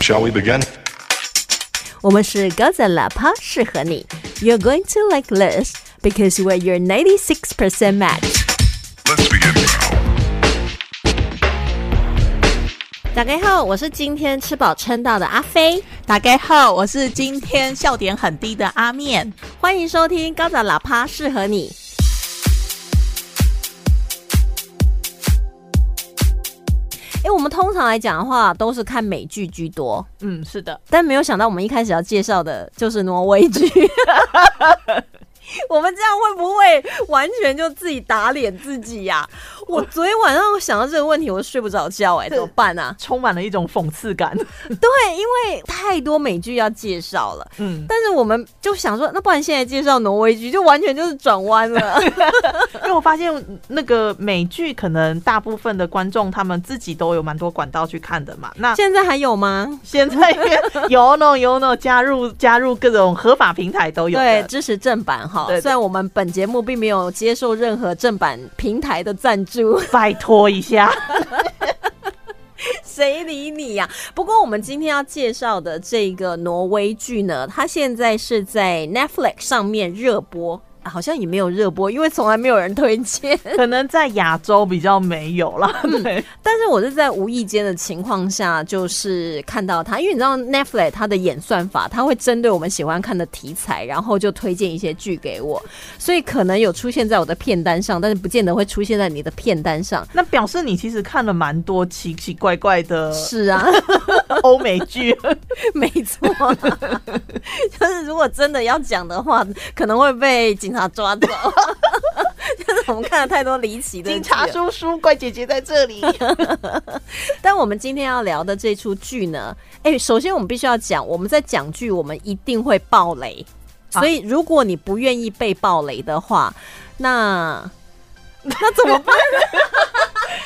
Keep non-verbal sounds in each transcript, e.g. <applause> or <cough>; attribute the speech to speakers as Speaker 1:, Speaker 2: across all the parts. Speaker 1: Shall we begin?
Speaker 2: 我们是高赞喇叭，适合你。You're going to like this because we're your 96% match.
Speaker 1: Let's begin.
Speaker 2: 打开后，我是今天吃饱撑到的阿飞，
Speaker 3: 打开后，我是今天笑点很低的阿面。
Speaker 2: 欢迎收听高赞喇叭，适合你。哎，我们通常来讲的话，都是看美剧居多，
Speaker 3: 嗯，是的，
Speaker 2: 但没有想到我们一开始要介绍的就是挪威剧。 <laughs> 我们这样会不会完全就自己打脸自己呀、我昨天晚上想到这个问题，我睡不着觉、 <laughs> 哎，怎么办啊？
Speaker 3: 充满了一种讽刺感。
Speaker 2: 对，因为太多美剧要介绍了。
Speaker 3: 嗯，
Speaker 2: 但是我们就想说，那不然现在介绍挪威剧，就完全就是转弯 <laughs> 了。
Speaker 3: 因为我发现那个美剧，可能大部分的观众他们自己都有蛮多管道去看的嘛。那
Speaker 2: 现在还有吗？
Speaker 3: 现在有呢有呢，加入加入各种合法平台都有
Speaker 2: 对
Speaker 3: 的，。
Speaker 2: 支持正版哈。
Speaker 3: 对对
Speaker 2: 虽然我们本节目并没有接受任何正版平台的赞助，
Speaker 3: 拜托一下， <laughs>
Speaker 2: 谁理你呀、不过我们今天要介绍的这个挪威剧呢，它现在是在 Netflix 上面热播。啊好像也没有热播，因为从来没有人推荐。 <laughs>
Speaker 3: 可能在亚洲比较没有啦。对，
Speaker 2: 但是我是在无意间的情况下，就是看到它，因为你知道 Netflix 它的演算法，它会针对我们喜欢看的题材，然后就推荐一些剧给我，所以可能有出现在我的片单上，但是不见得会出现在你的片单上。
Speaker 3: 那表示你其实看了蛮多奇奇怪怪的
Speaker 2: 是啊，
Speaker 3: 欧美剧。
Speaker 2: 没错， <laughs> 就是如果真的要讲的话，可能会被警察抓走。 <laughs> 就是我们看了太多离奇的剧了
Speaker 3: 警察叔叔，怪姐姐在这里。
Speaker 2: 但我们今天要聊的这出剧呢，哎、首先我们必须要讲，我们在讲剧，我们一定会爆雷，
Speaker 3: 啊
Speaker 2: 所以如果你不愿意被爆雷的话，
Speaker 3: <laughs>
Speaker 2: 那那怎么办？ <laughs>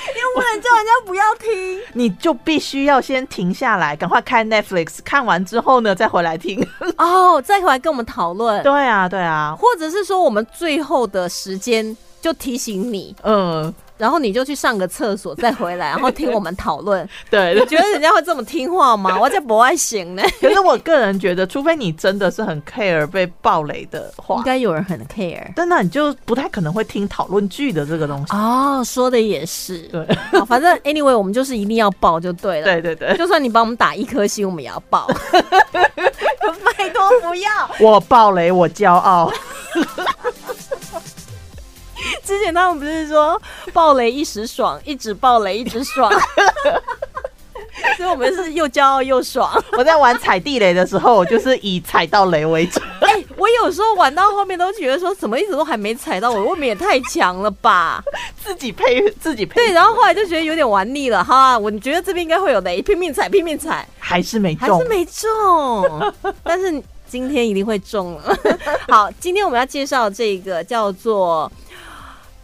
Speaker 2: 又不能叫人家不要听。
Speaker 3: 你就必须要先停下来，赶快看 Netflix，看完之后呢再回来听。
Speaker 2: 哦，再回来跟我们讨论，
Speaker 3: <laughs> 对啊，对啊，
Speaker 2: 或者是说我们最后的时间就提醒你，
Speaker 3: 嗯，
Speaker 2: 然后你就去上个厕所再回来，然后听我们讨
Speaker 3: <laughs>
Speaker 2: 论。
Speaker 3: 对
Speaker 2: 你。觉得人家会这么听话吗？我这不爱行呢。
Speaker 3: 可是我个人觉得，除非你真的是很 care 被暴雷的话
Speaker 2: <laughs> 应，该有人很 care。
Speaker 3: 但那你就不太可能会听讨论剧的这个东西。
Speaker 2: 哦，说的也是。
Speaker 3: 对，
Speaker 2: 好反正 anyway，我们就是一定要报就 <laughs> 对了。
Speaker 3: 对对对，
Speaker 2: 就算你帮我们打一颗星，我们也要报。拜托不要！
Speaker 3: 我暴雷，我骄傲。 <laughs>
Speaker 2: 之前他们不是说爆雷一时爽，一直爆雷一直
Speaker 3: <laughs>
Speaker 2: 爽，所以我们是又骄傲又爽。
Speaker 3: 我在玩踩地雷的时候，我就是以踩到雷为主。 <laughs>
Speaker 2: 哎、我有时候玩到后面都觉得说，怎么一直都还没踩到我，未免也太强了吧？
Speaker 3: 自己配自己配，
Speaker 2: 对，然后后来就觉得有点玩腻了哈。我觉得这边应该会有雷，拼命踩，拼命踩，
Speaker 3: 还是没
Speaker 2: 还是
Speaker 3: 中。
Speaker 2: 没中。但是今天一定会中 <laughs> 了。好，今天我们要介绍这个叫做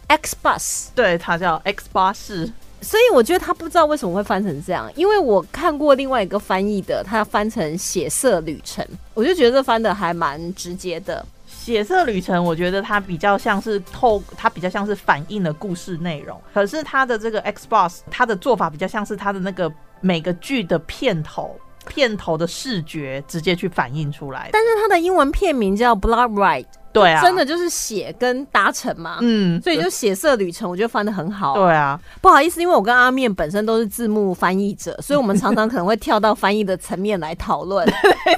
Speaker 2: X Bus，
Speaker 3: 对，它叫 X 八四。
Speaker 2: 所以我觉得他不知道为什么会翻成这样，因为我看过另外一个翻译的，他翻成血色旅程，我就觉得翻的还蛮直接的。
Speaker 3: 血色旅程，我觉得它比较像是透，它比较像是反映了故事内容。可是它的这个 Xbox，它的做法比较像是它的那个每个剧的片头，片头的视觉直接去反映出来的。
Speaker 2: 但是它的英文片名叫 Blood Ride，、
Speaker 3: 对啊，
Speaker 2: 真的，就是血跟达成嘛。
Speaker 3: 嗯，
Speaker 2: 所以就血色旅程，我觉得翻的很好。
Speaker 3: 对啊，
Speaker 2: 不好意思，因为我跟阿面本身都是字幕翻译者，所以我们常常可能会跳到翻译的层面来讨论，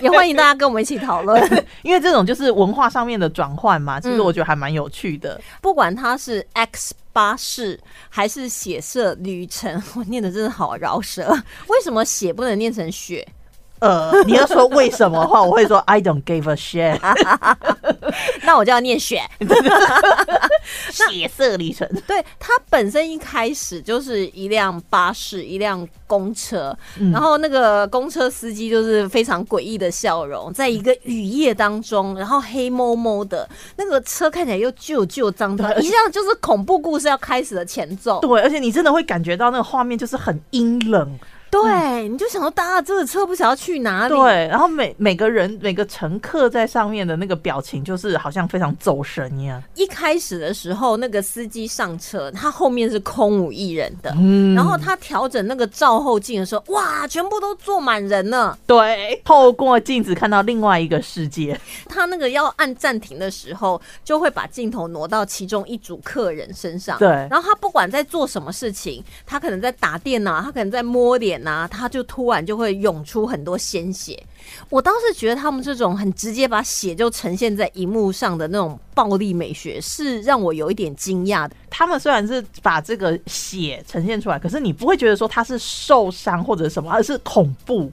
Speaker 2: 也欢迎大家跟我们一起讨论。
Speaker 3: 因为这种就是文化上面的转换嘛，其实
Speaker 2: 嗯
Speaker 3: 我觉得还蛮有趣的。
Speaker 2: 不管它是 X 巴士还是血色旅程，我念的真的好饶舌。为什么血不能念成血？
Speaker 3: 呃，你要说为什么
Speaker 2: <laughs>
Speaker 3: 的话，我会说 I don't give a shit。
Speaker 2: 啊那我就要念血。
Speaker 3: 血色旅程，
Speaker 2: 对，它本身一开始就是一辆巴士，一辆公车，
Speaker 3: 嗯
Speaker 2: 然后那个公车司机就是非常诡异的笑容，在一个雨夜当中，然后黑蒙蒙的，那个车看起来又旧旧脏脏，一样就是恐怖故事要开始的前奏。
Speaker 3: 对，而且你真的会感觉到那个画面就是很阴冷，
Speaker 2: 对，你就想说，大家这个车不晓得去哪里。
Speaker 3: 对，然后每每个人每个乘客在上面的那个表情，就是好像非常走神一样。
Speaker 2: 一开始的时候，那个司机上车，他后面是空无一人的。
Speaker 3: 嗯
Speaker 2: 然后他调整那个照后镜的时候，哇，全部都坐满人了。
Speaker 3: 对，透过镜子看到另外一个世界。
Speaker 2: 他那个要按暂停的时候，就会把镜头挪到其中一组客人身上。
Speaker 3: 对
Speaker 2: 然后他不管在做什么事情，他可能在打电脑、他可能在摸脸呐、他就突然就会涌出很多鲜血。我倒是觉得他们这种很直接把血就呈现在荧幕上的那种暴力美学，是让我有一点惊讶的。
Speaker 3: 他们虽然是把这个血呈现出来，可是你不会觉得说他是受伤或者什么，而是恐怖。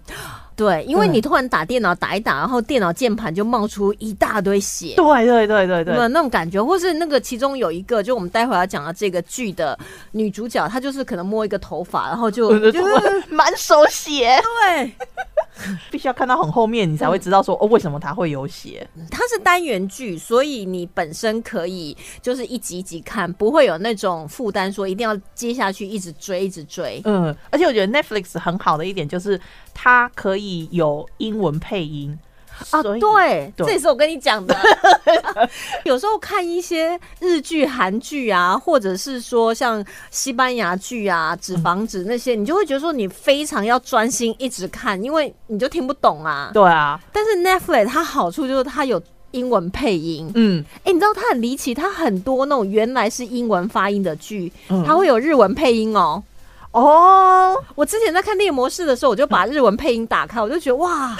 Speaker 2: 对，因为
Speaker 3: 对
Speaker 2: 你突然打电脑打一打，然后电脑键盘就冒出一大堆血。
Speaker 3: 对对对对对，
Speaker 2: 那那种感觉，或是那个其中有一个，就我们待会儿要讲的这个剧的女主角，她就是可能摸一个头发，然后就
Speaker 3: 我的
Speaker 2: 就
Speaker 3: 满手血，
Speaker 2: 对，
Speaker 3: 必须要看到很后面，你才会知道说、哦，为什么他会有血。
Speaker 2: 它是单元剧，所以你本身可以就是一集一集看，不会有那种负担，说一定要接下去一直追一直追。
Speaker 3: 嗯，而且我觉得 Netflix 很好的一点就是它可以有英文配音
Speaker 2: 啊，
Speaker 3: 所以
Speaker 2: 对，
Speaker 3: 对
Speaker 2: 这也是我跟你讲的。 <laughs> 有时候看一些日剧、韩剧啊，或者是说像西班牙剧啊、脂肪纸那些，你就会觉得说你非常要专心一直看，因为你就听不懂啊。
Speaker 3: 对啊，
Speaker 2: 但是 Netflix 它好处就是它有英文配音。
Speaker 3: 嗯，
Speaker 2: 哎、你知道它很离奇，它很多那种原来是英文发音的剧，
Speaker 3: 嗯
Speaker 2: 它会有日文配音哦。
Speaker 3: 哦，
Speaker 2: 我之前在看《猎魔士》的时候，我就把日文配音打开，我就觉得 <laughs> 哇，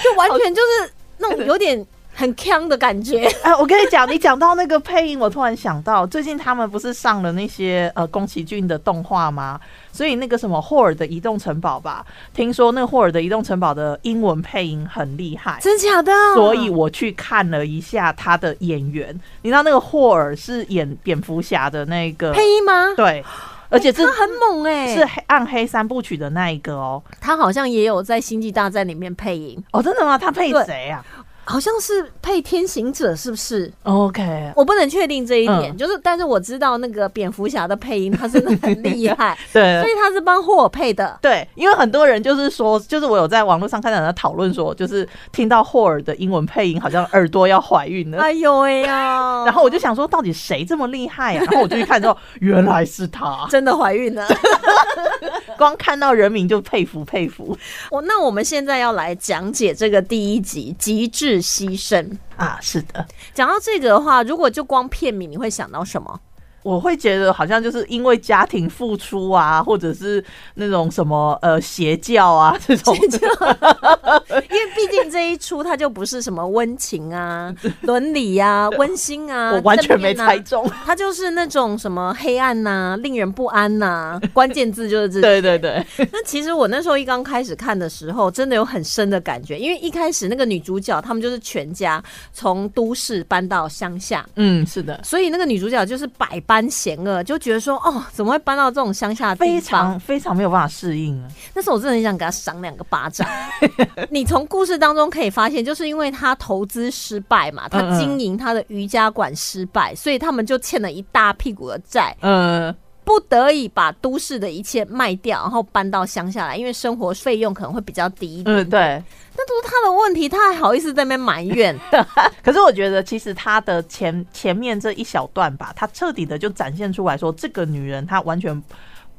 Speaker 2: 就完全就是那种有点很呛的感觉。
Speaker 3: 哎，我跟你讲，你讲到那个配音，我突然想到，最近他们不是上了那些呃宫崎骏的动画吗？所以那个什么霍尔的移动城堡吧，听说那个霍尔的移动城堡的英文配音很厉
Speaker 2: <laughs>
Speaker 3: 害。
Speaker 2: 真假的？啊
Speaker 3: 所以我去看了一下他的演员，你知道那个霍尔是演蝙蝠侠的那个，
Speaker 2: 配音吗？
Speaker 3: 对，而且是
Speaker 2: 他很猛哎、
Speaker 3: 是黑暗黑三部曲的那一个哦。
Speaker 2: 他好像也有在《星际大战》里面配音，
Speaker 3: 哦，真的吗？他配
Speaker 2: 对
Speaker 3: 谁啊
Speaker 2: 好像是配天行者，是不是？
Speaker 3: ？OK，
Speaker 2: 我不能确定这一点，
Speaker 3: 嗯
Speaker 2: 就是，但是我知道那个蝙蝠侠的配音，他真的
Speaker 3: <laughs>
Speaker 2: 很厉害，所
Speaker 3: 对。
Speaker 2: 以他是帮霍尔配的。
Speaker 3: 对，因为很多人就是说，就是我有在网络上看到人家讨论说，就是听到霍尔的英文配音，好像耳朵要怀孕了。
Speaker 2: 哎呦哎呀，
Speaker 3: 呃 <laughs> 然后我就想说，到底谁这么厉害 <laughs> 啊？然后我就去看之后，原来是他。
Speaker 2: 真的怀孕了。 <laughs>
Speaker 3: 光看到人名就佩服佩服
Speaker 2: 我那我们现在要来讲解这个第一集《极致牺牲》。
Speaker 3: 啊！是的，
Speaker 2: 讲到这个的话，如果就光片名，你会想到什么？
Speaker 3: 我会觉得好像就是因为家庭付出啊，或者是那种什么呃邪教 <laughs> 啊这种，
Speaker 2: 因为毕竟这一出它就不是什么温情
Speaker 3: <laughs>
Speaker 2: 啊、伦理啊、温馨啊，
Speaker 3: 我完全
Speaker 2: 正
Speaker 3: 没
Speaker 2: 面啊
Speaker 3: 猜中。 <laughs>
Speaker 2: 它就是那种什么黑暗呐、令人不安呐、关键字就是这些
Speaker 3: 对对对，
Speaker 2: 那其实我那时候一刚开始看的时候，真的有很深的感觉，因为一开始那个女主角他们就是全家从都市搬到乡下，
Speaker 3: 嗯，是的，
Speaker 2: 所以那个女主角就是百般嫌恶，就觉得说哦，怎么会搬到这种乡下的地
Speaker 3: 非
Speaker 2: 方？
Speaker 3: 常非常没有办法适应啊。
Speaker 2: 那时候我真的很想给她赏两个巴掌。 <laughs> 你从故事当中可以发现，就是因为她投资失败嘛，
Speaker 3: 嗯
Speaker 2: 她
Speaker 3: 嗯
Speaker 2: 经营她的瑜伽馆失败，所以他们就欠了一大屁股的债，
Speaker 3: 嗯，
Speaker 2: 不得已把都市的一切卖掉，然后搬到乡下来，因为生活费用可能会比较低一点。
Speaker 3: 嗯，对。
Speaker 2: 那都是他的问题，他还好意思在那边埋
Speaker 3: <laughs>
Speaker 2: 怨？
Speaker 3: 可是我觉得，其实她的前前面这一小段吧，她彻底的就展现出来说，这个女人她完全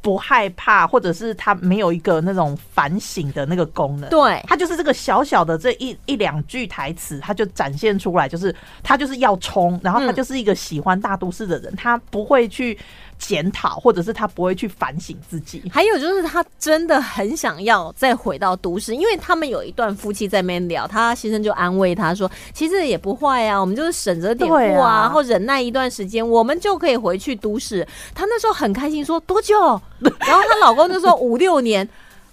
Speaker 3: 不害怕，或者是她没有一个那种反省的那个功能。
Speaker 2: 对，
Speaker 3: 她就是这个小小的这一一两句台词，她就展现出来，就是她就是要冲，然后她
Speaker 2: 嗯
Speaker 3: 就是一个喜欢大都市的人，她不会去检讨，或者是她不会去反省自己。
Speaker 2: 还有就是他真的很想要再回到都市，因为他们有一段夫妻在那边聊，他先生就安慰他说：“其实也不坏啊，我们就是省着点过
Speaker 3: 对
Speaker 2: 啊，
Speaker 3: 啊
Speaker 2: 然后忍耐一段时间，我们就可以回去都市。”他那时候很开心说：“多
Speaker 3: <laughs>
Speaker 2: 久？”然后她老公就说：“五六年。”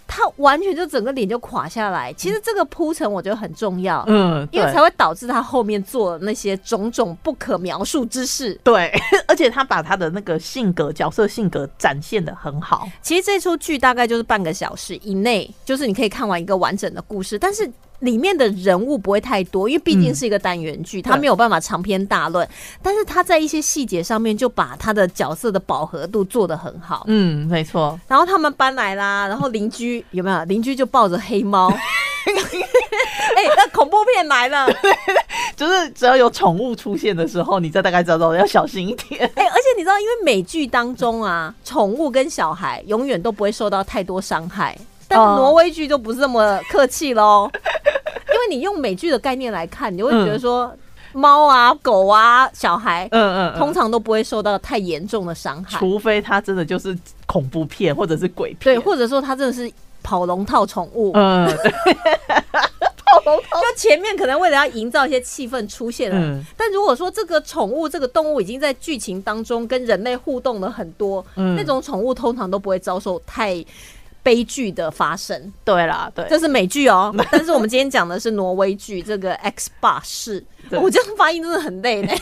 Speaker 2: 她完全就整个脸就垮下来。其实这个铺陈我觉得很重要，
Speaker 3: 嗯，
Speaker 2: 因为
Speaker 3: 对
Speaker 2: 才会导致她后面做的那些种种不可描述之事。
Speaker 3: 对， <laughs> 而且他把他的那个性格、角色性格展现的很好。
Speaker 2: 其实这出剧大概就是半个小时以内，就是你可以看完一个完整的故事，但是里面的人物不会太多，因为毕竟
Speaker 3: 嗯
Speaker 2: 是一个单元剧，
Speaker 3: 对
Speaker 2: 它没有办法长篇大论。但是他在一些细节上面就把他的角色的饱和度做得很好。
Speaker 3: 嗯，没错，
Speaker 2: 然后他们搬来啦，然后邻居有没有？邻居就抱着黑猫。<laughs>
Speaker 3: <laughs>
Speaker 2: 哎、那恐怖片来了！
Speaker 3: 就是只要有宠物出现的时候，你再大概知道要小心一点。
Speaker 2: 哎、而且你知道，因为美剧当中
Speaker 3: 嗯
Speaker 2: 啊，宠物跟小孩永远都不会受到太多伤害，但
Speaker 3: 哦
Speaker 2: 挪威剧就不是这么客气
Speaker 3: <laughs>
Speaker 2: 喽。因为你用美剧的概念来看，你就会觉得说，猫、啊、狗啊、小孩
Speaker 3: 嗯嗯嗯，
Speaker 2: 通常都不会受到太严重的伤害，
Speaker 3: 除非它真的就是恐怖片或者是鬼片。
Speaker 2: 对，或者说它真的是跑龙套宠物，
Speaker 3: 嗯
Speaker 2: 就前面可能为了要营造一些气氛出现了。
Speaker 3: 嗯
Speaker 2: 但如果说这个宠物、这个动物已经在剧情当中跟人类互动了很多，
Speaker 3: 嗯
Speaker 2: 那种宠物通常都不会遭受太悲剧的发生。
Speaker 3: 对啦，对，
Speaker 2: 这是美剧
Speaker 3: <laughs>
Speaker 2: 哦，但是我们今天讲的是挪威剧，这个 X 霸士，
Speaker 3: 对
Speaker 2: 我这样发音真的很累呢。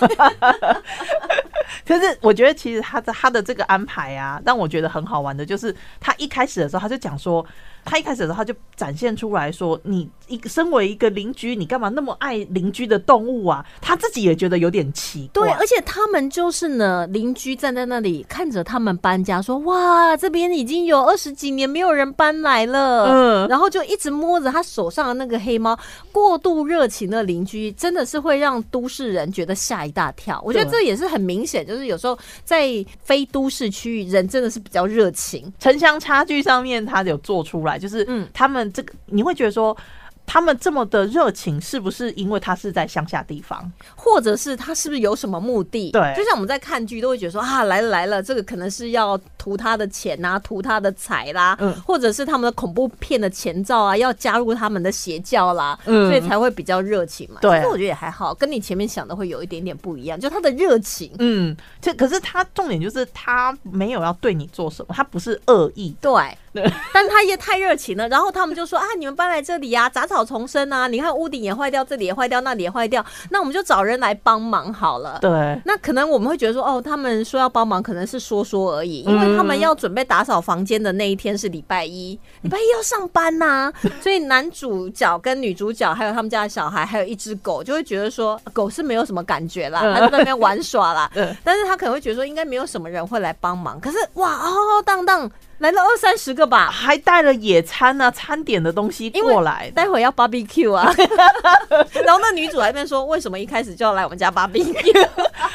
Speaker 3: 可是我觉得其实他的他的这个安排啊，让我觉得很好玩的，就是他一开始的时候他就讲说，他一开始的时候他就展现出来说，你一个身为一个邻居，你干嘛那么爱邻居的动物啊？他自己也觉得有点奇怪。
Speaker 2: 对，而且他们就是呢，邻居站在那里看着他们搬家，说：“哇，这边已经有二十几年没有人搬来了。”
Speaker 3: 嗯
Speaker 2: 然后就一直摸着他手上的那个黑猫。过度热情的邻居真的是会让都市人觉得吓一大跳。我觉得
Speaker 3: 对
Speaker 2: 这也是很明显，就是有时候在非都市区域，人真的是比较热情。
Speaker 3: 城乡差距上面，他有做出来，就是
Speaker 2: 嗯
Speaker 3: 他们这个你会觉得说。他们这么的热情，是不是因为他是在乡下地方？
Speaker 2: 或者是他是不是有什么目的？
Speaker 3: 对
Speaker 2: 就像我们在看剧都会觉得说啊，来了来了，这个可能是要图他的钱呐、图他的财啦，
Speaker 3: 嗯
Speaker 2: 或者是他们的恐怖片的前兆啊，要加入他们的邪教啦，
Speaker 3: 嗯
Speaker 2: 所以才会比较热情嘛。
Speaker 3: 对啊
Speaker 2: 其实我觉得也还好，跟你前面想的会有一点点不一样，就他的热情。
Speaker 3: 嗯，这可是他重点就是他没有要对你做什么，他不是恶意
Speaker 2: 对
Speaker 3: 对，
Speaker 2: 但他也太热情了。然后他们就说啊，你们搬来这里啊，杂草丛生啊，你看屋顶也坏掉，这里也坏掉，那里也坏掉，那我们就找人来帮忙好了。
Speaker 3: 对，
Speaker 2: 那可能我们会觉得说，哦，他们说要帮忙，可能是说说而已，因为他们要准备打扫房间的那一天是礼拜一，礼拜一要上班呐、所以男主角跟女主角还有他们家的小孩，还有一只狗，就会觉得说，狗是没有什么感觉啦，
Speaker 3: 嗯
Speaker 2: 它就在那边玩耍啦
Speaker 3: 嗯，
Speaker 2: 但是他可能会觉得说，应该没有什么人会来帮忙，可是哇，浩浩荡荡来了二三十个吧，
Speaker 3: 还带了野餐啊、餐点的东西
Speaker 2: 因为
Speaker 3: 过来。
Speaker 2: 待会要 barbecue 啊， <laughs> 然后那女主还在那边说，为什么一开始就要来我们家 barbecue？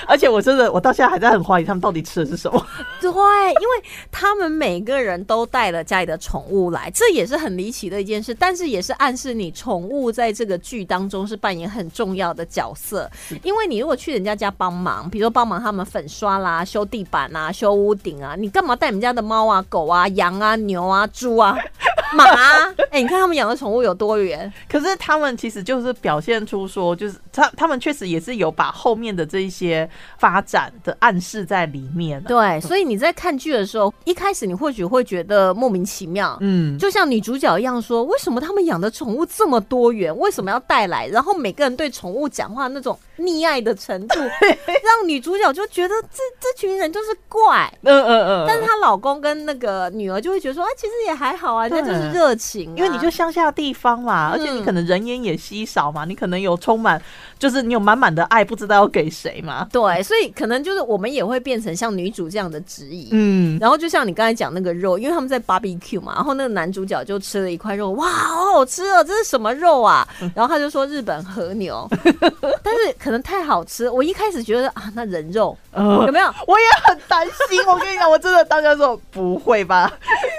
Speaker 3: 而且我真的，我到现在还在很怀疑他们到底吃的是什么。 <laughs>
Speaker 2: 对，因为他们每个人都带了家里的宠物来，这也是很离奇的一件事，但是也是暗示你宠物在这个剧当中是扮演很重要的角色。因为你如果去人家家帮忙，比如说帮忙他们粉刷啦、修地板啦、修屋顶啊，你干嘛带你们家的猫啊、狗啊、羊啊、牛啊、猪啊、马啊？哎、你看他们养的宠物有多远？
Speaker 3: 可是他们其实就是表现出说，就是他他们确实也是有把后面的这一些发展的暗示在里面、啊。
Speaker 2: 对，所以你在看剧的时候，一开始你或许会觉得莫名其妙，
Speaker 3: 嗯，
Speaker 2: 就像女主角一样说，为什么他们养的宠物这么多元？为什么要带来？然后每个人对宠物讲话那种溺爱的程
Speaker 3: <laughs>
Speaker 2: 度，让女主角就觉得这这群人就是怪。
Speaker 3: 嗯嗯嗯。
Speaker 2: 但是她老公跟那个女儿就会觉得说，啊，其实也还好啊，人家就是
Speaker 3: 对
Speaker 2: 热情啊、
Speaker 3: 因为你就乡下地方嘛，而且你可能人烟也稀少嘛，你可能有充满，就是你有满满的爱，不知道要给谁嘛。
Speaker 2: 对，所以可能就是我们也会变成像女主这样的质疑。
Speaker 3: 嗯，
Speaker 2: 然后就像你刚才讲那个肉，因为他们在 barbecue 嘛，然后那个男主角就吃了一块肉，哇，好好吃哦，这是什么肉啊？然后他就说日本和牛， <laughs> 但是可能太好吃，我一开始觉得啊，那人肉
Speaker 3: 呃
Speaker 2: 有没有？
Speaker 3: 我也很担心。我跟你讲，我真的当家说不会 <laughs> 吧？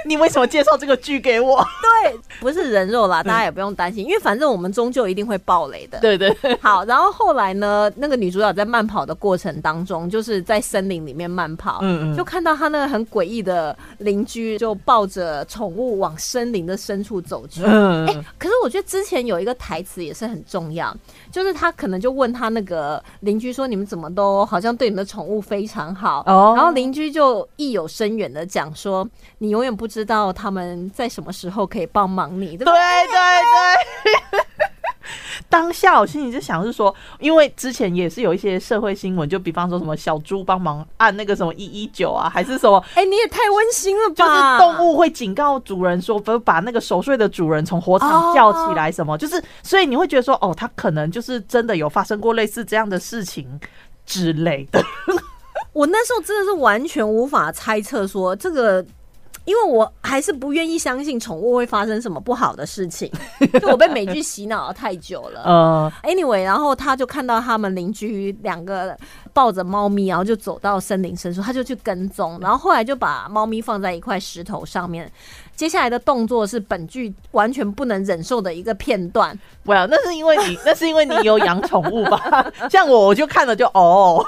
Speaker 3: 你为什么介绍这个剧给我？
Speaker 2: 对，不是人肉啦，大家也不用担心，因为反正我们终究一定会爆雷的。
Speaker 3: 嗯对对对
Speaker 2: 好，然后后来呢，那个女主角在慢跑的过程当中，就是在森林里面慢跑，
Speaker 3: 嗯嗯
Speaker 2: 就看到她那个很诡异的邻居就抱着宠物往森林的深处走去。
Speaker 3: 嗯，
Speaker 2: 哎、可是我觉得之前有一个台词也是很重要，就是他可能就问他那个邻居说：“你们怎么都好像对你们的宠物非常好？”
Speaker 3: 哦
Speaker 2: 然后邻居就意有深远的讲说：“你永远不知道
Speaker 3: 哎
Speaker 2: 他们在什么时候可以帮忙你，对不
Speaker 3: 对对对。 <laughs> 当下我心里就想是说，因为之前也是有一些社会新闻，就比方说什么小猪帮忙按那个什么一一九啊，还是什么，
Speaker 2: 哎、你也太温馨了
Speaker 3: 就是
Speaker 2: 吧！
Speaker 3: 动物会警告主人说，不把那个熟睡的主人从火场叫起来，
Speaker 2: 哦
Speaker 3: 什么，就是所以你会觉得说，哦，他可能就是真的有发生过类似这样的事情之类
Speaker 2: <laughs>
Speaker 3: 的。
Speaker 2: 我那时候真的是完全无法猜测说这个，因为我还是不愿意相信宠物会发生什么不好的事 <laughs> 情，就我被美剧洗脑了太久了。
Speaker 3: 呃，
Speaker 2: Anyway，然后他就看到他们邻居两个抱着猫咪，然后就走到森林深处，他就去跟踪，然后后来就把猫咪放在一块石头上面。接下来的动作是本剧完全不能忍受的一个片段，
Speaker 3: 不要，那是因为
Speaker 2: <laughs>
Speaker 3: 你，那是因为你有养宠物吧？像我，我就看了就哦，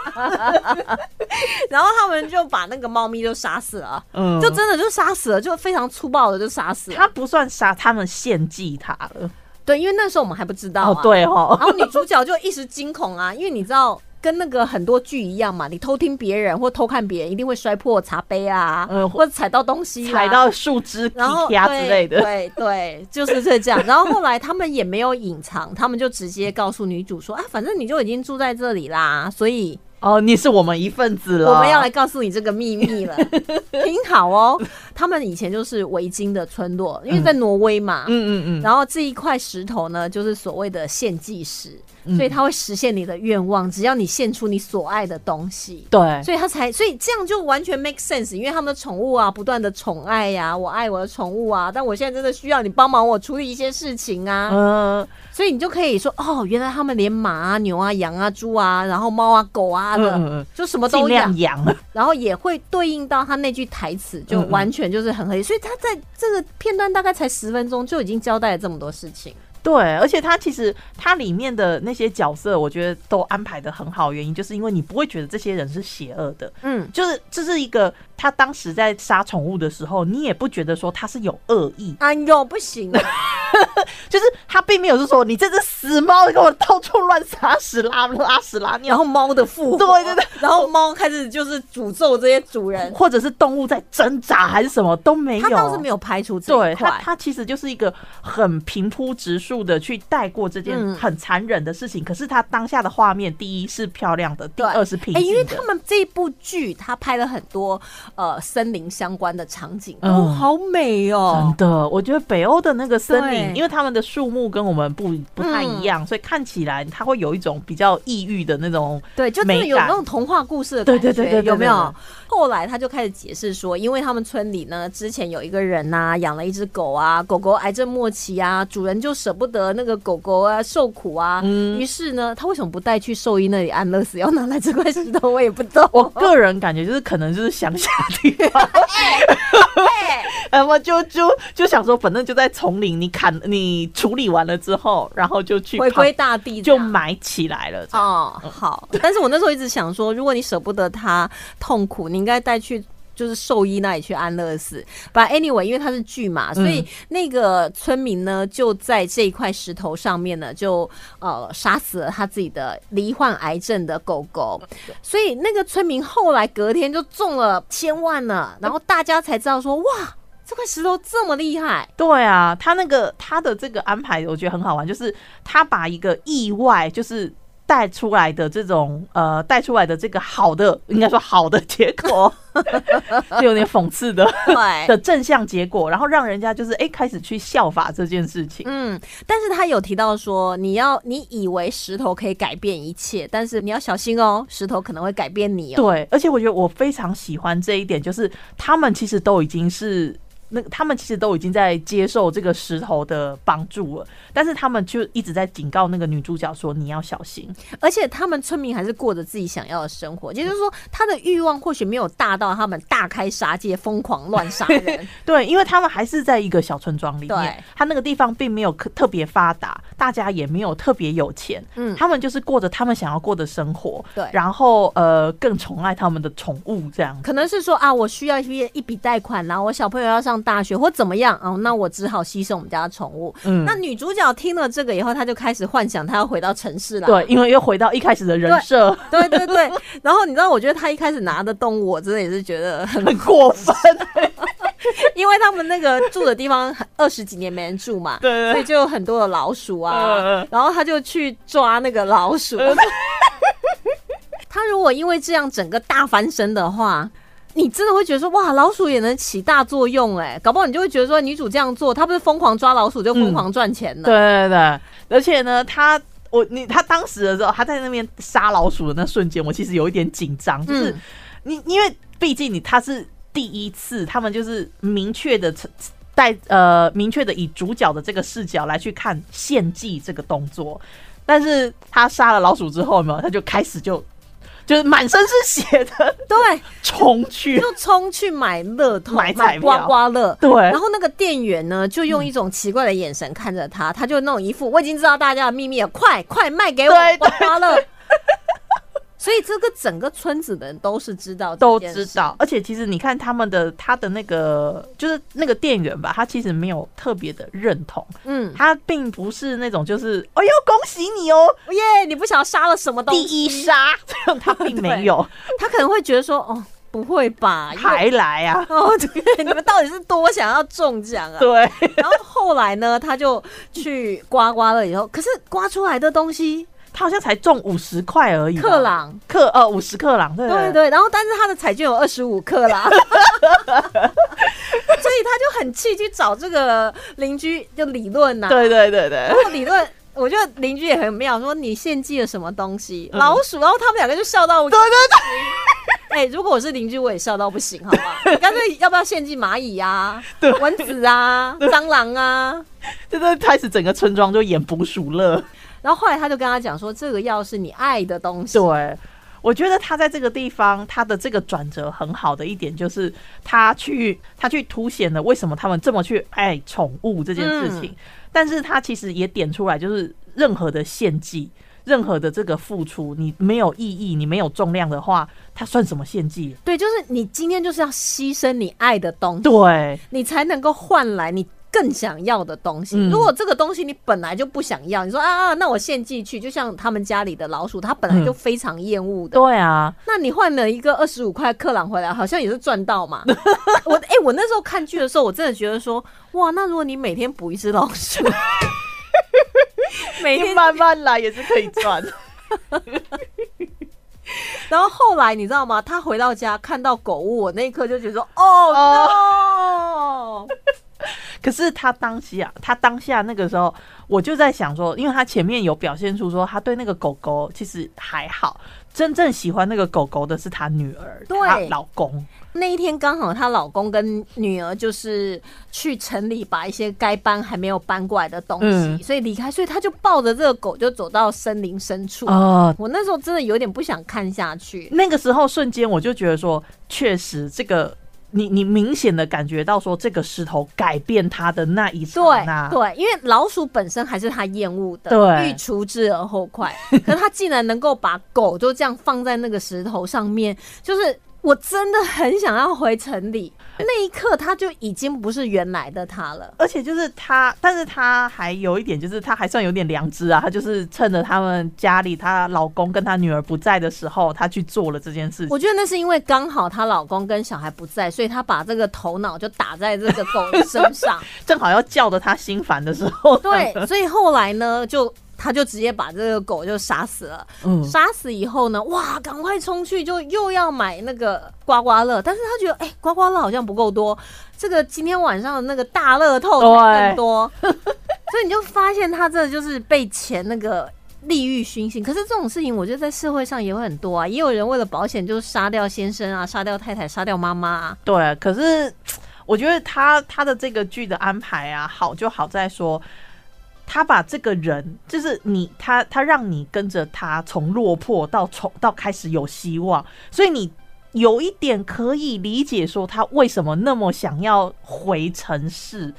Speaker 2: 然后他们就把那个猫咪就杀死了，
Speaker 3: 嗯，
Speaker 2: 就真的就杀死了，就非常粗暴的就杀死了。
Speaker 3: 他不算杀，他们献祭他了。
Speaker 2: 对，因为那时候我们还不知道、啊
Speaker 3: 哦，，对哦，
Speaker 2: 然后女主角就一时惊恐啊，因为你知道跟那个很多剧一样嘛，你偷听别人或偷看别人，一定会摔破茶杯啊，
Speaker 3: 嗯
Speaker 2: 或者踩到东西、啊，
Speaker 3: <laughs> 踩到树枝、皮
Speaker 2: 然后
Speaker 3: 呀之类的。
Speaker 2: 对对对，就是这这样。然后后来他们也没有隐藏，他们就直接告诉女主说啊，反正你就已经住在这里啦，所以
Speaker 3: 哦，你是我们一份子了。
Speaker 2: 我们要来告诉你这个秘密了，挺好哦。他们以前就是维京的村落，因为在挪威嘛，
Speaker 3: 嗯，嗯嗯
Speaker 2: <laughs>
Speaker 3: 嗯，
Speaker 2: 然后这一块石头呢，就是所谓的献祭石，
Speaker 3: 嗯
Speaker 2: 所以它会实现你的愿望，只要你献出你所爱的东西。
Speaker 3: 对，
Speaker 2: 所以它才，所以这样就完全 make sense，因为他们的宠物啊，不断的宠爱呀、我爱我的宠物啊，但我现在真的需要你帮忙我处理一些事情啊，
Speaker 3: 嗯，
Speaker 2: 所以你就可以说，哦，原来他们连马啊、牛啊、羊啊、猪啊，然后猫啊、狗啊的，
Speaker 3: 嗯嗯嗯
Speaker 2: 就什么
Speaker 3: 尽
Speaker 2: 都养
Speaker 3: 量，养。
Speaker 2: 然后也会对应到他那句台词，就
Speaker 3: 嗯嗯
Speaker 2: 完全就是很合理。所以他在这个片段大概才十分钟就已经交代了这么多事情。
Speaker 3: 对，而且它其实它里面的那些角色，我觉得都安排的很好，原因就是因为你不会觉得这些人是邪恶的，
Speaker 2: 嗯，
Speaker 3: 就是这是一个他当时在杀宠物的时候，你也不觉得说他是有恶意，
Speaker 2: 哎呦，不行
Speaker 3: <laughs>
Speaker 2: 啊，
Speaker 3: 就是他并没有是说你这只死猫给我到处乱撒屎拉拉屎拉
Speaker 2: 然
Speaker 3: 尿，
Speaker 2: 后猫的复活，
Speaker 3: 对对对，
Speaker 2: 然后猫开始就是诅咒这些主人，
Speaker 3: 或者是动物在挣扎还是什么都没有，
Speaker 2: 他倒是没有排除这
Speaker 3: 对
Speaker 2: 一
Speaker 3: 他，
Speaker 2: 块。
Speaker 3: 他其实就是一个很平铺直述的去带过这件
Speaker 2: 嗯
Speaker 3: 很残忍的事情。可是他当下的画面，第一是漂亮的，第
Speaker 2: 对
Speaker 3: 二是平
Speaker 2: 哎、
Speaker 3: 静
Speaker 2: 因
Speaker 3: 的。
Speaker 2: 为他们这部剧，他拍了很多呃森林相关的场景，
Speaker 3: 嗯
Speaker 2: 哦，好美哦
Speaker 3: 真！的，我觉得北欧的那个森
Speaker 2: 对嗯
Speaker 3: 林，因为他们的树木跟我们不不太一样，所以看起来它会有一种比较抑郁的那种。
Speaker 2: 对，就真的
Speaker 3: 美
Speaker 2: 有
Speaker 3: 感
Speaker 2: 那种童话故事的感觉，
Speaker 3: 对对对对对对
Speaker 2: 有没有
Speaker 3: 对？
Speaker 2: 后来他就开始解释说，因为他们村里呢，之前有一个人呐、养了一只狗啊，狗狗癌症末期啊，主人就舍不得那个狗狗啊受苦啊，
Speaker 3: 嗯
Speaker 2: 于是呢，他为什么不带去兽医那里安乐死，要拿来这块石头，我也不懂。
Speaker 3: 我 <laughs> 个人感觉就是可能就是乡下地方， <laughs> 那么就就就想说，反正就在丛林，你砍你处理完了之后，然后就去
Speaker 2: 回
Speaker 3: 旁
Speaker 2: 归大地这
Speaker 3: 就
Speaker 2: 样
Speaker 3: 埋起来了。这样嗯
Speaker 2: 哦，好。但是我那时候一直想说，如果你舍不得它痛苦，你应该带去。就是兽医那里去安乐死。But anyway，因为它是剧嘛，
Speaker 3: 嗯
Speaker 2: 所以那个村民呢就在这一块石头上面呢，就呃杀死了他自己的罹患癌症的狗狗。所以那个村民后来隔天就中了千万了，然后大家才知道说，哇，这块石头这么厉
Speaker 3: <laughs>
Speaker 2: 害。
Speaker 3: 对啊，他那个他的这个安排，我觉得很好玩，就是他把一个意外，就是带出来的这种呃，带出来的这个好的，应该说好的结果，是有点讽刺的
Speaker 2: 对，
Speaker 3: 的正向结果，然后让人家就是哎、诶开始去效法这件事情。
Speaker 2: 嗯，但是他有提到说，你要你以为石头可以改变一切，但是你要小心哦，石头可能会改变你哦。
Speaker 3: 对，而且我觉得我非常喜欢这一点，就是他们其实都已经是。那个他们其实都已经在接受这个石头的帮助了，但是他们就一直在警告那个女主角说：“你要小心。”
Speaker 2: 而且他们村民还是过着自己想要的生活，也就是说，他的欲望或许没有大到他们大开杀戒、疯狂乱杀
Speaker 3: <laughs>
Speaker 2: 人。
Speaker 3: 对，因为他们还是在一个小村庄里
Speaker 2: 对
Speaker 3: 面，他那个地方并没有可特别发达，大家也没有特别有钱，
Speaker 2: 嗯
Speaker 3: 他们就是过着他们想要过的生活，
Speaker 2: 对
Speaker 3: 然后呃更宠爱他们的宠物这样子。
Speaker 2: 可能是说啊，我需要一笔一笔贷款啦，我小朋友要上大学或怎么样哦，那我只好牺牲我们家的宠物。
Speaker 3: 嗯
Speaker 2: 那女主角听了这个以后，她就开始幻想她要回到城市啦。
Speaker 3: 对，因为又回到一开始的人
Speaker 2: 啊对
Speaker 3: 设，
Speaker 2: 对对对，然后你知道，我觉得她一开始拿的动物，我真的也是觉得很
Speaker 3: 很过分。
Speaker 2: 因为他们那个住的地方二十几年没人住嘛，
Speaker 3: 对对对
Speaker 2: 所以就有很多的老鼠
Speaker 3: 嗯
Speaker 2: 啊
Speaker 3: 嗯，
Speaker 2: 然后他就去抓那个老
Speaker 3: <laughs>
Speaker 2: 鼠。他如果因为这样整个大翻身的话，你真的会觉得说哇，老鼠也能起大作用哎、搞不好你就会觉得说女主这样做，她不是疯狂抓老鼠就疯狂赚钱了。
Speaker 3: 对对对，而且呢，他我你他当时的时候，他在那边杀老鼠的那瞬间，我其实有一点紧张，就是
Speaker 2: 嗯
Speaker 3: 你因为毕竟你他是第一次，他们就是明确的带呃明确的以主角的这个视角来去看献祭这个动作，但是他杀了老鼠之后，有没有他就开始就。就是满身是血的
Speaker 2: 对，
Speaker 3: 冲
Speaker 2: <laughs>
Speaker 3: 去，
Speaker 2: 就冲去买乐透，
Speaker 3: 买彩票
Speaker 2: 刮刮乐。
Speaker 3: 对，
Speaker 2: 然后那个店员呢，就用一种奇怪的眼神看着
Speaker 3: 嗯
Speaker 2: 他，他就那种一副我已经知道大家的秘密了，快快卖给我
Speaker 3: 对对
Speaker 2: 刮刮乐。 <laughs> 所以这个整个村子的人都是知道，
Speaker 3: 都知。道，而且其实你看他们的他的那个就是那个店员吧，他其实没有特别的认同，
Speaker 2: 嗯，
Speaker 3: 他并不是那种就是哎呦恭喜你哦，
Speaker 2: 耶，你不晓得杀了什么东
Speaker 3: 第
Speaker 2: 西？
Speaker 3: 一杀， <laughs> 这样他并没有，
Speaker 2: 他可能会觉得说，哦，不会吧？因为
Speaker 3: 还来啊，
Speaker 2: <laughs> 哦，对，你们到底是多想要中奖啊？
Speaker 3: 对，
Speaker 2: 然后后来呢，他就去刮刮了以后，可是刮出来的东西
Speaker 3: 他好像才中五十块而已吧，
Speaker 2: 克朗，
Speaker 3: 克呃五十克朗，对
Speaker 2: 对对，然后但是他的彩券有二十五克
Speaker 3: <laughs>
Speaker 2: 啦，所以他就很气去找这个邻居就理论呐、
Speaker 3: 对对对对
Speaker 2: 然后理论。我觉得邻居也很妙，说你献祭了什么东西？
Speaker 3: 嗯
Speaker 2: 老鼠，然后他们两个就笑到我。对对对。 <laughs> 哎、如果我是邻居，我也笑到不行，好
Speaker 3: <laughs>
Speaker 2: 吧？你干脆要不要献祭蚂蚁啊、蚊子啊、蟑螂啊？
Speaker 3: 对对，开始整个村庄就演捕鼠乐，
Speaker 2: 然后后来他就跟他讲说，这个药是你爱的东西。
Speaker 3: 对。我觉得他在这个地方，他的这个转折很好的一点就是，他去他去凸显了为什么他们这么去爱宠物这件事情，但是他其实也点出来，就是任何的献祭，任何的这个付出，你没有意义，你没有重量的话，它算什么献祭？
Speaker 2: 对，就是你今天就是要牺牲你爱的东西。
Speaker 3: 对，
Speaker 2: 你才能够换来你更想要的东西。
Speaker 3: 嗯
Speaker 2: 如果这个东西你本来就不想要，你说啊啊，那我献祭去，就像他们家里的老鼠，它本来就非常厌恶的。
Speaker 3: 对啊，
Speaker 2: 那你换了一个二十五块克朗回来，好像也是赚到嘛。 <laughs> 我哎、我那时候看剧的时候，我真的觉得说，哇，那如果你每天捕一只老鼠，每天
Speaker 3: 你慢慢来也是可以 <laughs> 赚。
Speaker 2: 然后后来你知道吗？他回到家看到狗窝，我那一刻就觉得说，哦、no，
Speaker 3: 可是他当下，他当下那个时候，我就在想说，因为他前面有表现出说他对那个狗狗其实还好，真正喜欢那个狗狗的是他女儿，
Speaker 2: 对
Speaker 3: 她老公，
Speaker 2: 那一天刚好她老公跟女儿就是去城里把一些该搬还没有搬过来的东西，
Speaker 3: 嗯
Speaker 2: 所以离开，所以她就抱着这个狗就走到森林深处。
Speaker 3: 哦，嗯
Speaker 2: 我那时候真的有点不想看下去，
Speaker 3: 那个时候瞬间我就觉得说，确实这个你你明显的感觉到说这个石头改变他的那一刹
Speaker 2: 对
Speaker 3: 那，
Speaker 2: 对，因为老鼠本身还是她厌恶的，
Speaker 3: 啊对
Speaker 2: 欲除之而后快。 <laughs> 可是她竟然能够把狗就这样放在那个石头上面，就是。我真的很想要回城里，那一刻她就已经不是原来的她了。
Speaker 3: 而且就是他，但是他还有一点，就是他还算有点良知啊。他就是趁着他们家里她老公跟她女儿不在的时候，他去做了这件事情。
Speaker 2: 我觉得那是因为刚好她老公跟小孩不在，所以她把这个头脑就打在这个狗的身上。
Speaker 3: 正好要叫的他心烦的时候，
Speaker 2: 对，所以后来呢，就她就直接把这个狗就杀死了。
Speaker 3: 嗯，
Speaker 2: 杀死以后呢，哇，赶快冲去就又要买那个刮刮乐，但是她觉得哎、刮刮乐好像不够多，这个今天晚上的那个大乐透才更多。 <laughs> 所以你就发现她这就是被钱那个。利欲熏心，可是这种事情，我觉得在社会上也会很多啊，也有人为了保险就杀掉先生啊，杀掉太太，杀掉妈妈啊。
Speaker 3: <laughs> 对。可是我觉得他他的这个剧的安排啊，好就好在说。他把这个人，就是你，他他让你跟着他从落魄到从到开始有希望，所以你有一点可以理解，说他为什么那么想要回城市，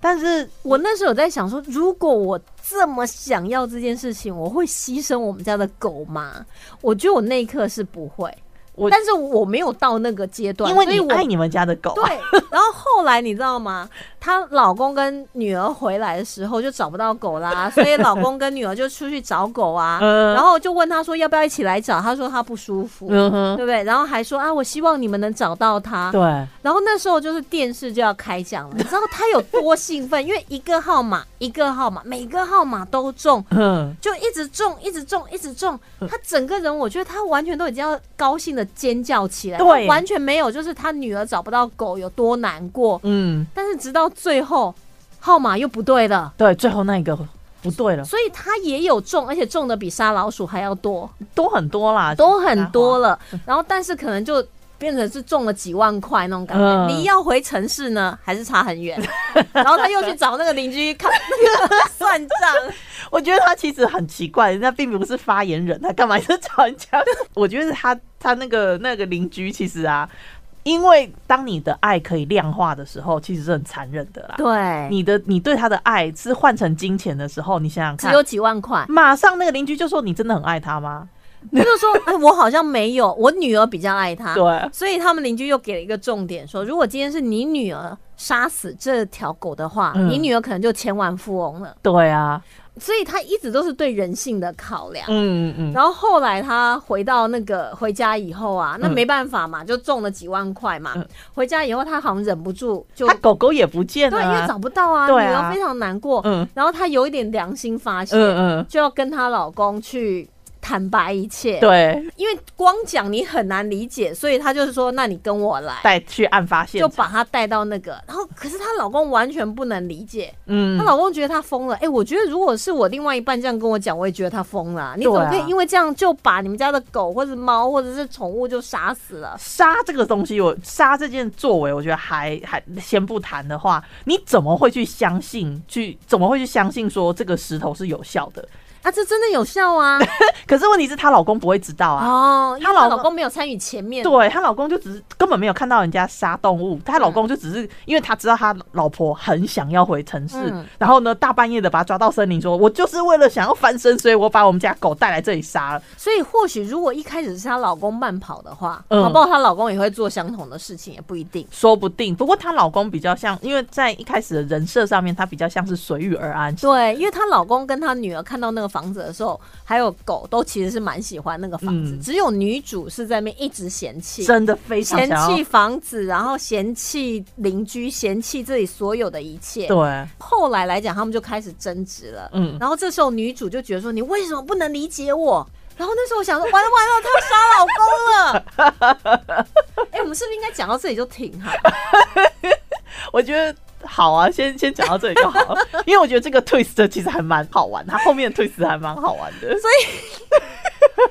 Speaker 3: 但是
Speaker 2: 我那时候有在想说，如果我这么想要这件事情，我会牺牲我们家的狗吗？我觉得我那一刻是不会，
Speaker 3: 我
Speaker 2: 但是我没有到那个阶段，
Speaker 3: 因为
Speaker 2: 所以
Speaker 3: 你
Speaker 2: 我
Speaker 3: 爱你们家的狗啊，
Speaker 2: 对。然后后来你知道吗？她老公跟女儿回来的时候就找不到狗
Speaker 3: <laughs>
Speaker 2: 啦，所以老公跟女儿就出去找狗啊，
Speaker 3: 嗯
Speaker 2: 然后就问她说要不要一起来找，她说她不舒服，
Speaker 3: 嗯哼，
Speaker 2: 对不啊对？然后还说啊，我希望你们能找到她。
Speaker 3: 对，
Speaker 2: 然后那时候就是电视就要开奖了，你知道她有多兴奋？ <laughs> 因为一个号码一个号码，每个号码都中，
Speaker 3: 嗯，
Speaker 2: 就一直中，一直中，一直中。她整个人，我觉得她完全都已经要高兴的尖叫起来，
Speaker 3: 对
Speaker 2: 她完全没有就是她女儿找不到狗有多难过。
Speaker 3: 嗯，
Speaker 2: 但是直到最后，号码又不对了，
Speaker 3: 对，最后那一个不对了，
Speaker 2: 所以她也有中，而且中的比杀老鼠还要多，
Speaker 3: 多很多啦，
Speaker 2: 都很多了。然后但是可能就。变成是中了几万块那种感觉，
Speaker 3: 嗯
Speaker 2: 你要回城市呢，还是差很远？然后她又去找那个邻居看那个算账，
Speaker 3: 我觉得他其实很奇怪，人家并不是发言人，他干嘛一直找人家？我觉得他他那个那个邻居其实啊，因为当你的爱可以量化的时候，其实是很残忍的啦。
Speaker 2: 对，
Speaker 3: 你的你 <laughs> 对他的爱是换成金钱的时候，你想想
Speaker 2: 只
Speaker 3: 看，
Speaker 2: 有几啊万
Speaker 3: <laughs>
Speaker 2: 块。
Speaker 3: 马上那个邻居就说：“你真的很爱他吗
Speaker 2: 他就说：“哎，我好像没有，我女儿比较爱？”他。
Speaker 3: 对，
Speaker 2: 所以他们邻居又给了一个重点，说如果今天是你女儿杀死这条狗的话，
Speaker 3: 嗯
Speaker 2: 你女儿可能就千万富翁了。
Speaker 3: 对啊，
Speaker 2: 所以他一直都是对人性的考量。
Speaker 3: 嗯嗯嗯，
Speaker 2: 然后后来他回到那个回家以后啊，那
Speaker 3: 嗯
Speaker 2: 没办法嘛，就中了几万块嘛。
Speaker 3: 嗯
Speaker 2: 回家以后，他好像忍不住就
Speaker 3: 他狗狗也不见了
Speaker 2: 对，因为
Speaker 3: 啊、
Speaker 2: 找不到啊，
Speaker 3: 对啊
Speaker 2: 女儿非常难过。
Speaker 3: 嗯
Speaker 2: 然后她有一点良心发现，
Speaker 3: 嗯嗯，
Speaker 2: 就要跟她老公去坦白一切。
Speaker 3: 对，
Speaker 2: 因为光讲你很难理解，所以她就是说，那你跟我来，
Speaker 3: 带去案发现
Speaker 2: 就
Speaker 3: 场，
Speaker 2: 把她带到那个。然后，可是她老公完全不能理解，
Speaker 3: 嗯
Speaker 2: 她老公觉得她疯了。哎、我觉得如果是我另外一半这样跟我讲，我也觉得她疯了啊、你怎么可
Speaker 3: 对啊
Speaker 2: 以因为这样就把你们家的狗或者猫或者是宠物就杀死了？
Speaker 3: 杀这个东西，我杀这件作为，我觉得还还先不谈的话，你怎么会去相信？去怎么会去相信说这个石头是有效的？
Speaker 2: 啊，这真的有效
Speaker 3: <laughs>
Speaker 2: 啊！
Speaker 3: 可是问题是她老公不会知道啊。
Speaker 2: 哦，因为
Speaker 3: 她老
Speaker 2: 她
Speaker 3: 公
Speaker 2: 老公没有参与前面，
Speaker 3: 对她老公就只是根本没有看到人家杀动物，她老
Speaker 2: 嗯
Speaker 3: 公就只是因为他知道他老婆很想要回城市，
Speaker 2: 嗯
Speaker 3: 然后呢大半夜的把他抓到森林说，我就是为了想要翻身，所以我把我们家狗带来这里杀了。
Speaker 2: 所以或许如果一开始是她老公慢跑的话，
Speaker 3: 嗯
Speaker 2: 搞不好她老公也会做相同的事情，也不一定。
Speaker 3: 说不定，不过她老公比较像，因为在一开始的人设上面，他比较像是随遇而安，
Speaker 2: 对，因为她老公跟她女儿看到那个房子的时候，还有狗都其实是蛮喜欢那个房子，
Speaker 3: 嗯
Speaker 2: 只有女主是在那边一直嫌弃。
Speaker 3: 真的非常
Speaker 2: 嫌
Speaker 3: 想要哦
Speaker 2: 弃房子，然后嫌弃邻居，嫌弃这里所有的一切。
Speaker 3: 对，
Speaker 2: 后来来讲，他们就开始争执了。
Speaker 3: 嗯，
Speaker 2: 然后这时候女主就觉得说：“你为什么不能理解我？”然后那时候我想说：“完了完了，她杀老公了。”
Speaker 3: <laughs>
Speaker 2: 哎、我们是不是应该讲到这里就停啊哈、
Speaker 3: 我觉得好啊，先先讲到这里就好， <laughs> 因为我觉得这个 twist 其实还蛮好玩，它后面的 twist 还蛮好玩的。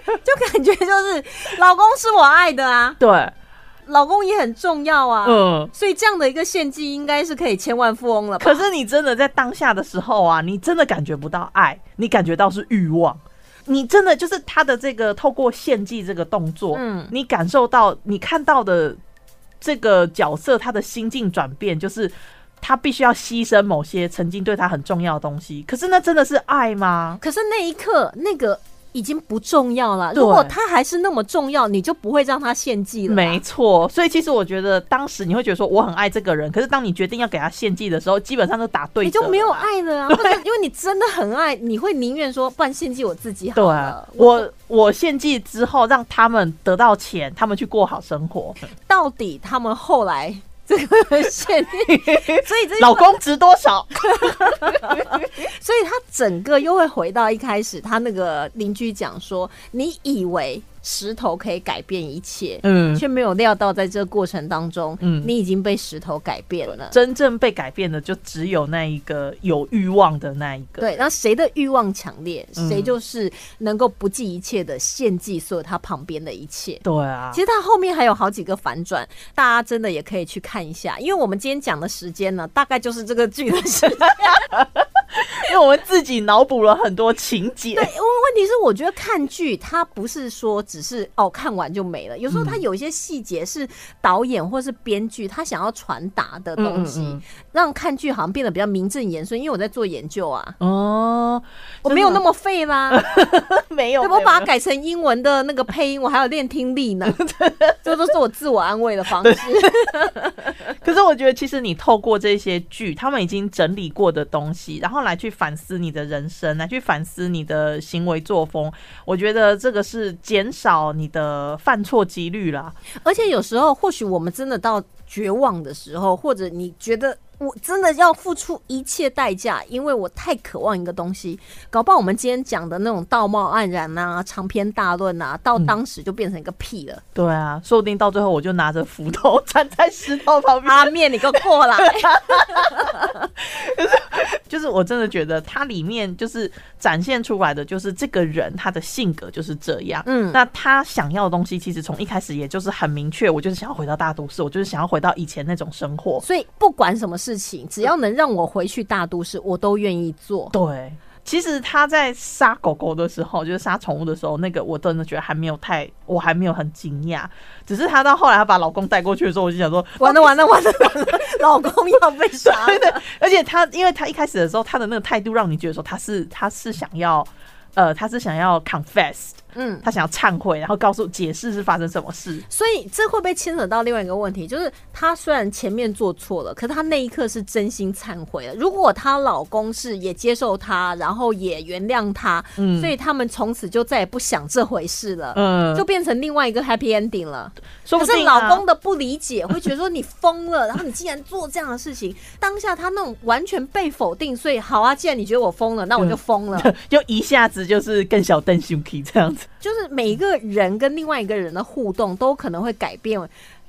Speaker 2: 就感觉就是老公是我爱的啊，
Speaker 3: 对，
Speaker 2: 老公也很重要啊。
Speaker 3: 嗯。
Speaker 2: 所以这样的一个献祭应该是可以千万富翁了吧？
Speaker 3: 可是你真的在当下的时候啊，你真的感觉不到爱，你感觉到是欲望，你真的就是他的这个透过献祭这个动作，
Speaker 2: 嗯
Speaker 3: 你感受到你看到的这个角色他的心境转变，就是他必须要牺牲某些曾经对他很重要的东西。可是那真的是爱吗？
Speaker 2: 可是那一刻那个已经不重要了。
Speaker 3: 对
Speaker 2: 如果他还是那么重要，你就不会让他献祭了。
Speaker 3: 没，错，所以其实我觉得当时你会觉得说我很爱这个人，可是当你决定要给他献祭的时候，基本上都打对折，
Speaker 2: 你就没有。爱了啊！或者因为你真的很爱，你会宁愿说，不然献祭我自己好
Speaker 3: 对啊
Speaker 2: 了。，
Speaker 3: 我我献祭之后，让他们得到钱，他们去过好生活。
Speaker 2: 到底他们后来这个献祭，所以这
Speaker 3: 老公值多少？
Speaker 2: 所以他整个又会回到一开始，他那个邻居讲说，你以为石头可以改变一切，
Speaker 3: 嗯，
Speaker 2: 却没有料到在这个过程当中，
Speaker 3: 嗯
Speaker 2: 你已经被石头改变了。
Speaker 3: 真正被改变的就只有那一个有欲望的那一个。
Speaker 2: 对，然后谁的欲望强烈，
Speaker 3: 嗯
Speaker 2: 谁就是能够不计一切的献祭所有他旁边的一切。
Speaker 3: 对啊
Speaker 2: 其，实它后面还有好几个反转，大家真的也可以去看一下，因为我们今天讲的时间呢，大概就是这个剧的时间。
Speaker 3: 因为我们自己脑补了很多情
Speaker 2: <laughs> <laughs>
Speaker 3: 节
Speaker 2: 对，。问问题题是，我觉得看剧它不是说只是哦看完就没了，有时候它有一些细节是导演或是编剧他想要传达的东西，
Speaker 3: 嗯嗯嗯
Speaker 2: 让看剧好像变得比较名正言顺。因为我在做研究啊，
Speaker 3: 哦，
Speaker 2: 我没有那么废啦，
Speaker 3: <laughs> 没有，
Speaker 2: 对，
Speaker 3: 没有
Speaker 2: 我把它
Speaker 3: 没有
Speaker 2: 改成英文的那个配音，我还有练听力
Speaker 3: <laughs>
Speaker 2: 呢，这都是我自我安慰的方式。
Speaker 3: 可是我觉得，其实你透过这些剧，他们已经整理过的东西，然后来去反思你的人生，来去反思你的行为作风，我觉得这个是减少你的犯错几率啦。
Speaker 2: 而且有时候，或许我们真的到绝望的时候，或者你觉得我真的要付出一切代价，因为我太渴望一个东西，搞不好我们今天讲的那种道貌岸然啊、长篇大论啊，到当时就变成一个屁
Speaker 3: <laughs>
Speaker 2: 了。
Speaker 3: 对啊，说不定到最后我就拿着斧头站在石头旁边。
Speaker 2: 阿面，你给我过来！
Speaker 3: 就是我真的觉得它里面就是展现出来的，就是这个人他的性格就是这样。
Speaker 2: 嗯
Speaker 3: 那他想要的东西，其实从一开始也就是很明确，我就是想要回到大都市，我就是想要回到以前那种生活。
Speaker 2: <laughs> 所以不管什么事情，只要能让我回去大都市，我都愿意
Speaker 3: <laughs>
Speaker 2: 做。
Speaker 3: 对，其实他在杀狗狗的时候，就是杀宠物的时候，那个我真的觉得还没有太，我还没有很惊讶。只是他到后来他把老公带过去的时候，我就想说， <laughs>
Speaker 2: 完了完了完了完了，老公要被杀了！
Speaker 3: 而且他因为他一开始的时候，他的那个态度让你觉得说他是他是想要。呃，他是想要 confess，
Speaker 2: 嗯，
Speaker 3: 他想要忏悔，然后告诉解释是发生什么事。
Speaker 2: 所以这会不会牵扯到另外一个问题？就是她虽然前面做错了，可是她那一刻是真心忏悔了。如果她老公是也接受她，然后也原谅她，所以他们从此就再也不想这回事了，
Speaker 3: 嗯，
Speaker 2: 就变成另外一个 happy ending 了。
Speaker 3: 说不
Speaker 2: 可是
Speaker 3: 定啊
Speaker 2: 老公的不理解，会觉得说你疯了，然后你竟然做这样的事情，当下他那种完全被否定，所以好啊，既然你觉得我疯了，那
Speaker 3: 嗯
Speaker 2: 我就疯了。
Speaker 3: <laughs> 就一下子就是更小邓秀 k 这样子。
Speaker 2: 就是每一个人跟另外一个人的互动，都可能会改变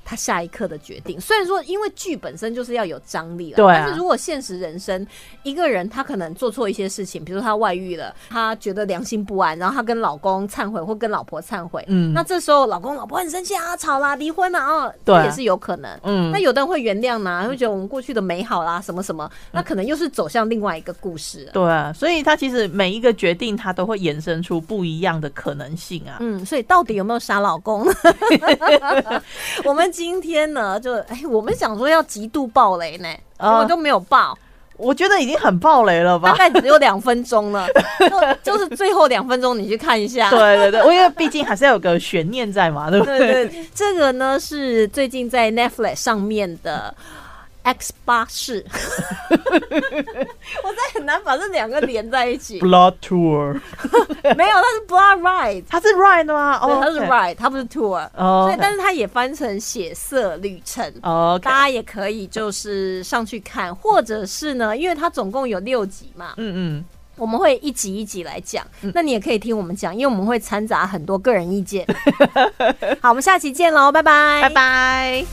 Speaker 2: 他下一刻的决定。虽然说，因为剧本身就是要有张力了，
Speaker 3: 对啊
Speaker 2: 但是如果现实人生，一个人他可能做错一些事情，比如说他外遇了，他觉得良心不安，然后他跟老公忏悔或跟老婆忏悔，
Speaker 3: 嗯
Speaker 2: 那这时候老公老婆很生气啊，吵啦，离婚啦，哦，
Speaker 3: 对啊
Speaker 2: 这也是有可能。
Speaker 3: 嗯
Speaker 2: 那有的人会原谅啦、会觉得我们过去的美好啦，什么什么，
Speaker 3: 嗯
Speaker 2: 那可能又是走向另外一个故事了。
Speaker 3: 对啊，所以他其实每一个决定，他都会衍生出不一样的可能性啊。
Speaker 2: 嗯，所以到底有没有杀老
Speaker 3: <laughs>
Speaker 2: 公？我们今天呢，就哎、我们想说要极度爆雷呢，结
Speaker 3: 啊
Speaker 2: 果就没有爆，
Speaker 3: 我觉得已经很暴雷了
Speaker 2: 大
Speaker 3: 吧？
Speaker 2: 概只有两分钟了， <laughs> 就就是最后两分钟你去看一下。
Speaker 3: 对对对，我因为毕竟还是要有个悬念在嘛，对不
Speaker 2: 对对对，这个呢是最近在 Netflix 上面的。X 八
Speaker 3: <laughs>
Speaker 2: 式，我在很难把这两个连在一
Speaker 3: <laughs>
Speaker 2: 起。
Speaker 3: ？Blood Tour，
Speaker 2: 没有，它是 Blood Ride，
Speaker 3: 他是 Ride 吗？
Speaker 2: 对
Speaker 3: 哦，
Speaker 2: 它是 Ride，它不是 Tour。
Speaker 3: 哦
Speaker 2: 所以，
Speaker 3: ，OK
Speaker 2: 但是它也翻成血色旅程。
Speaker 3: 哦
Speaker 2: 大家也可以就是上去看，或者是呢，因为它总共有六集嘛，
Speaker 3: 嗯嗯，
Speaker 2: 我们会一集一集来讲。那你也可以听我们讲，因为我 <laughs> 们会掺杂很多个人意见。好，我们下期见喽，拜拜，
Speaker 3: 拜拜。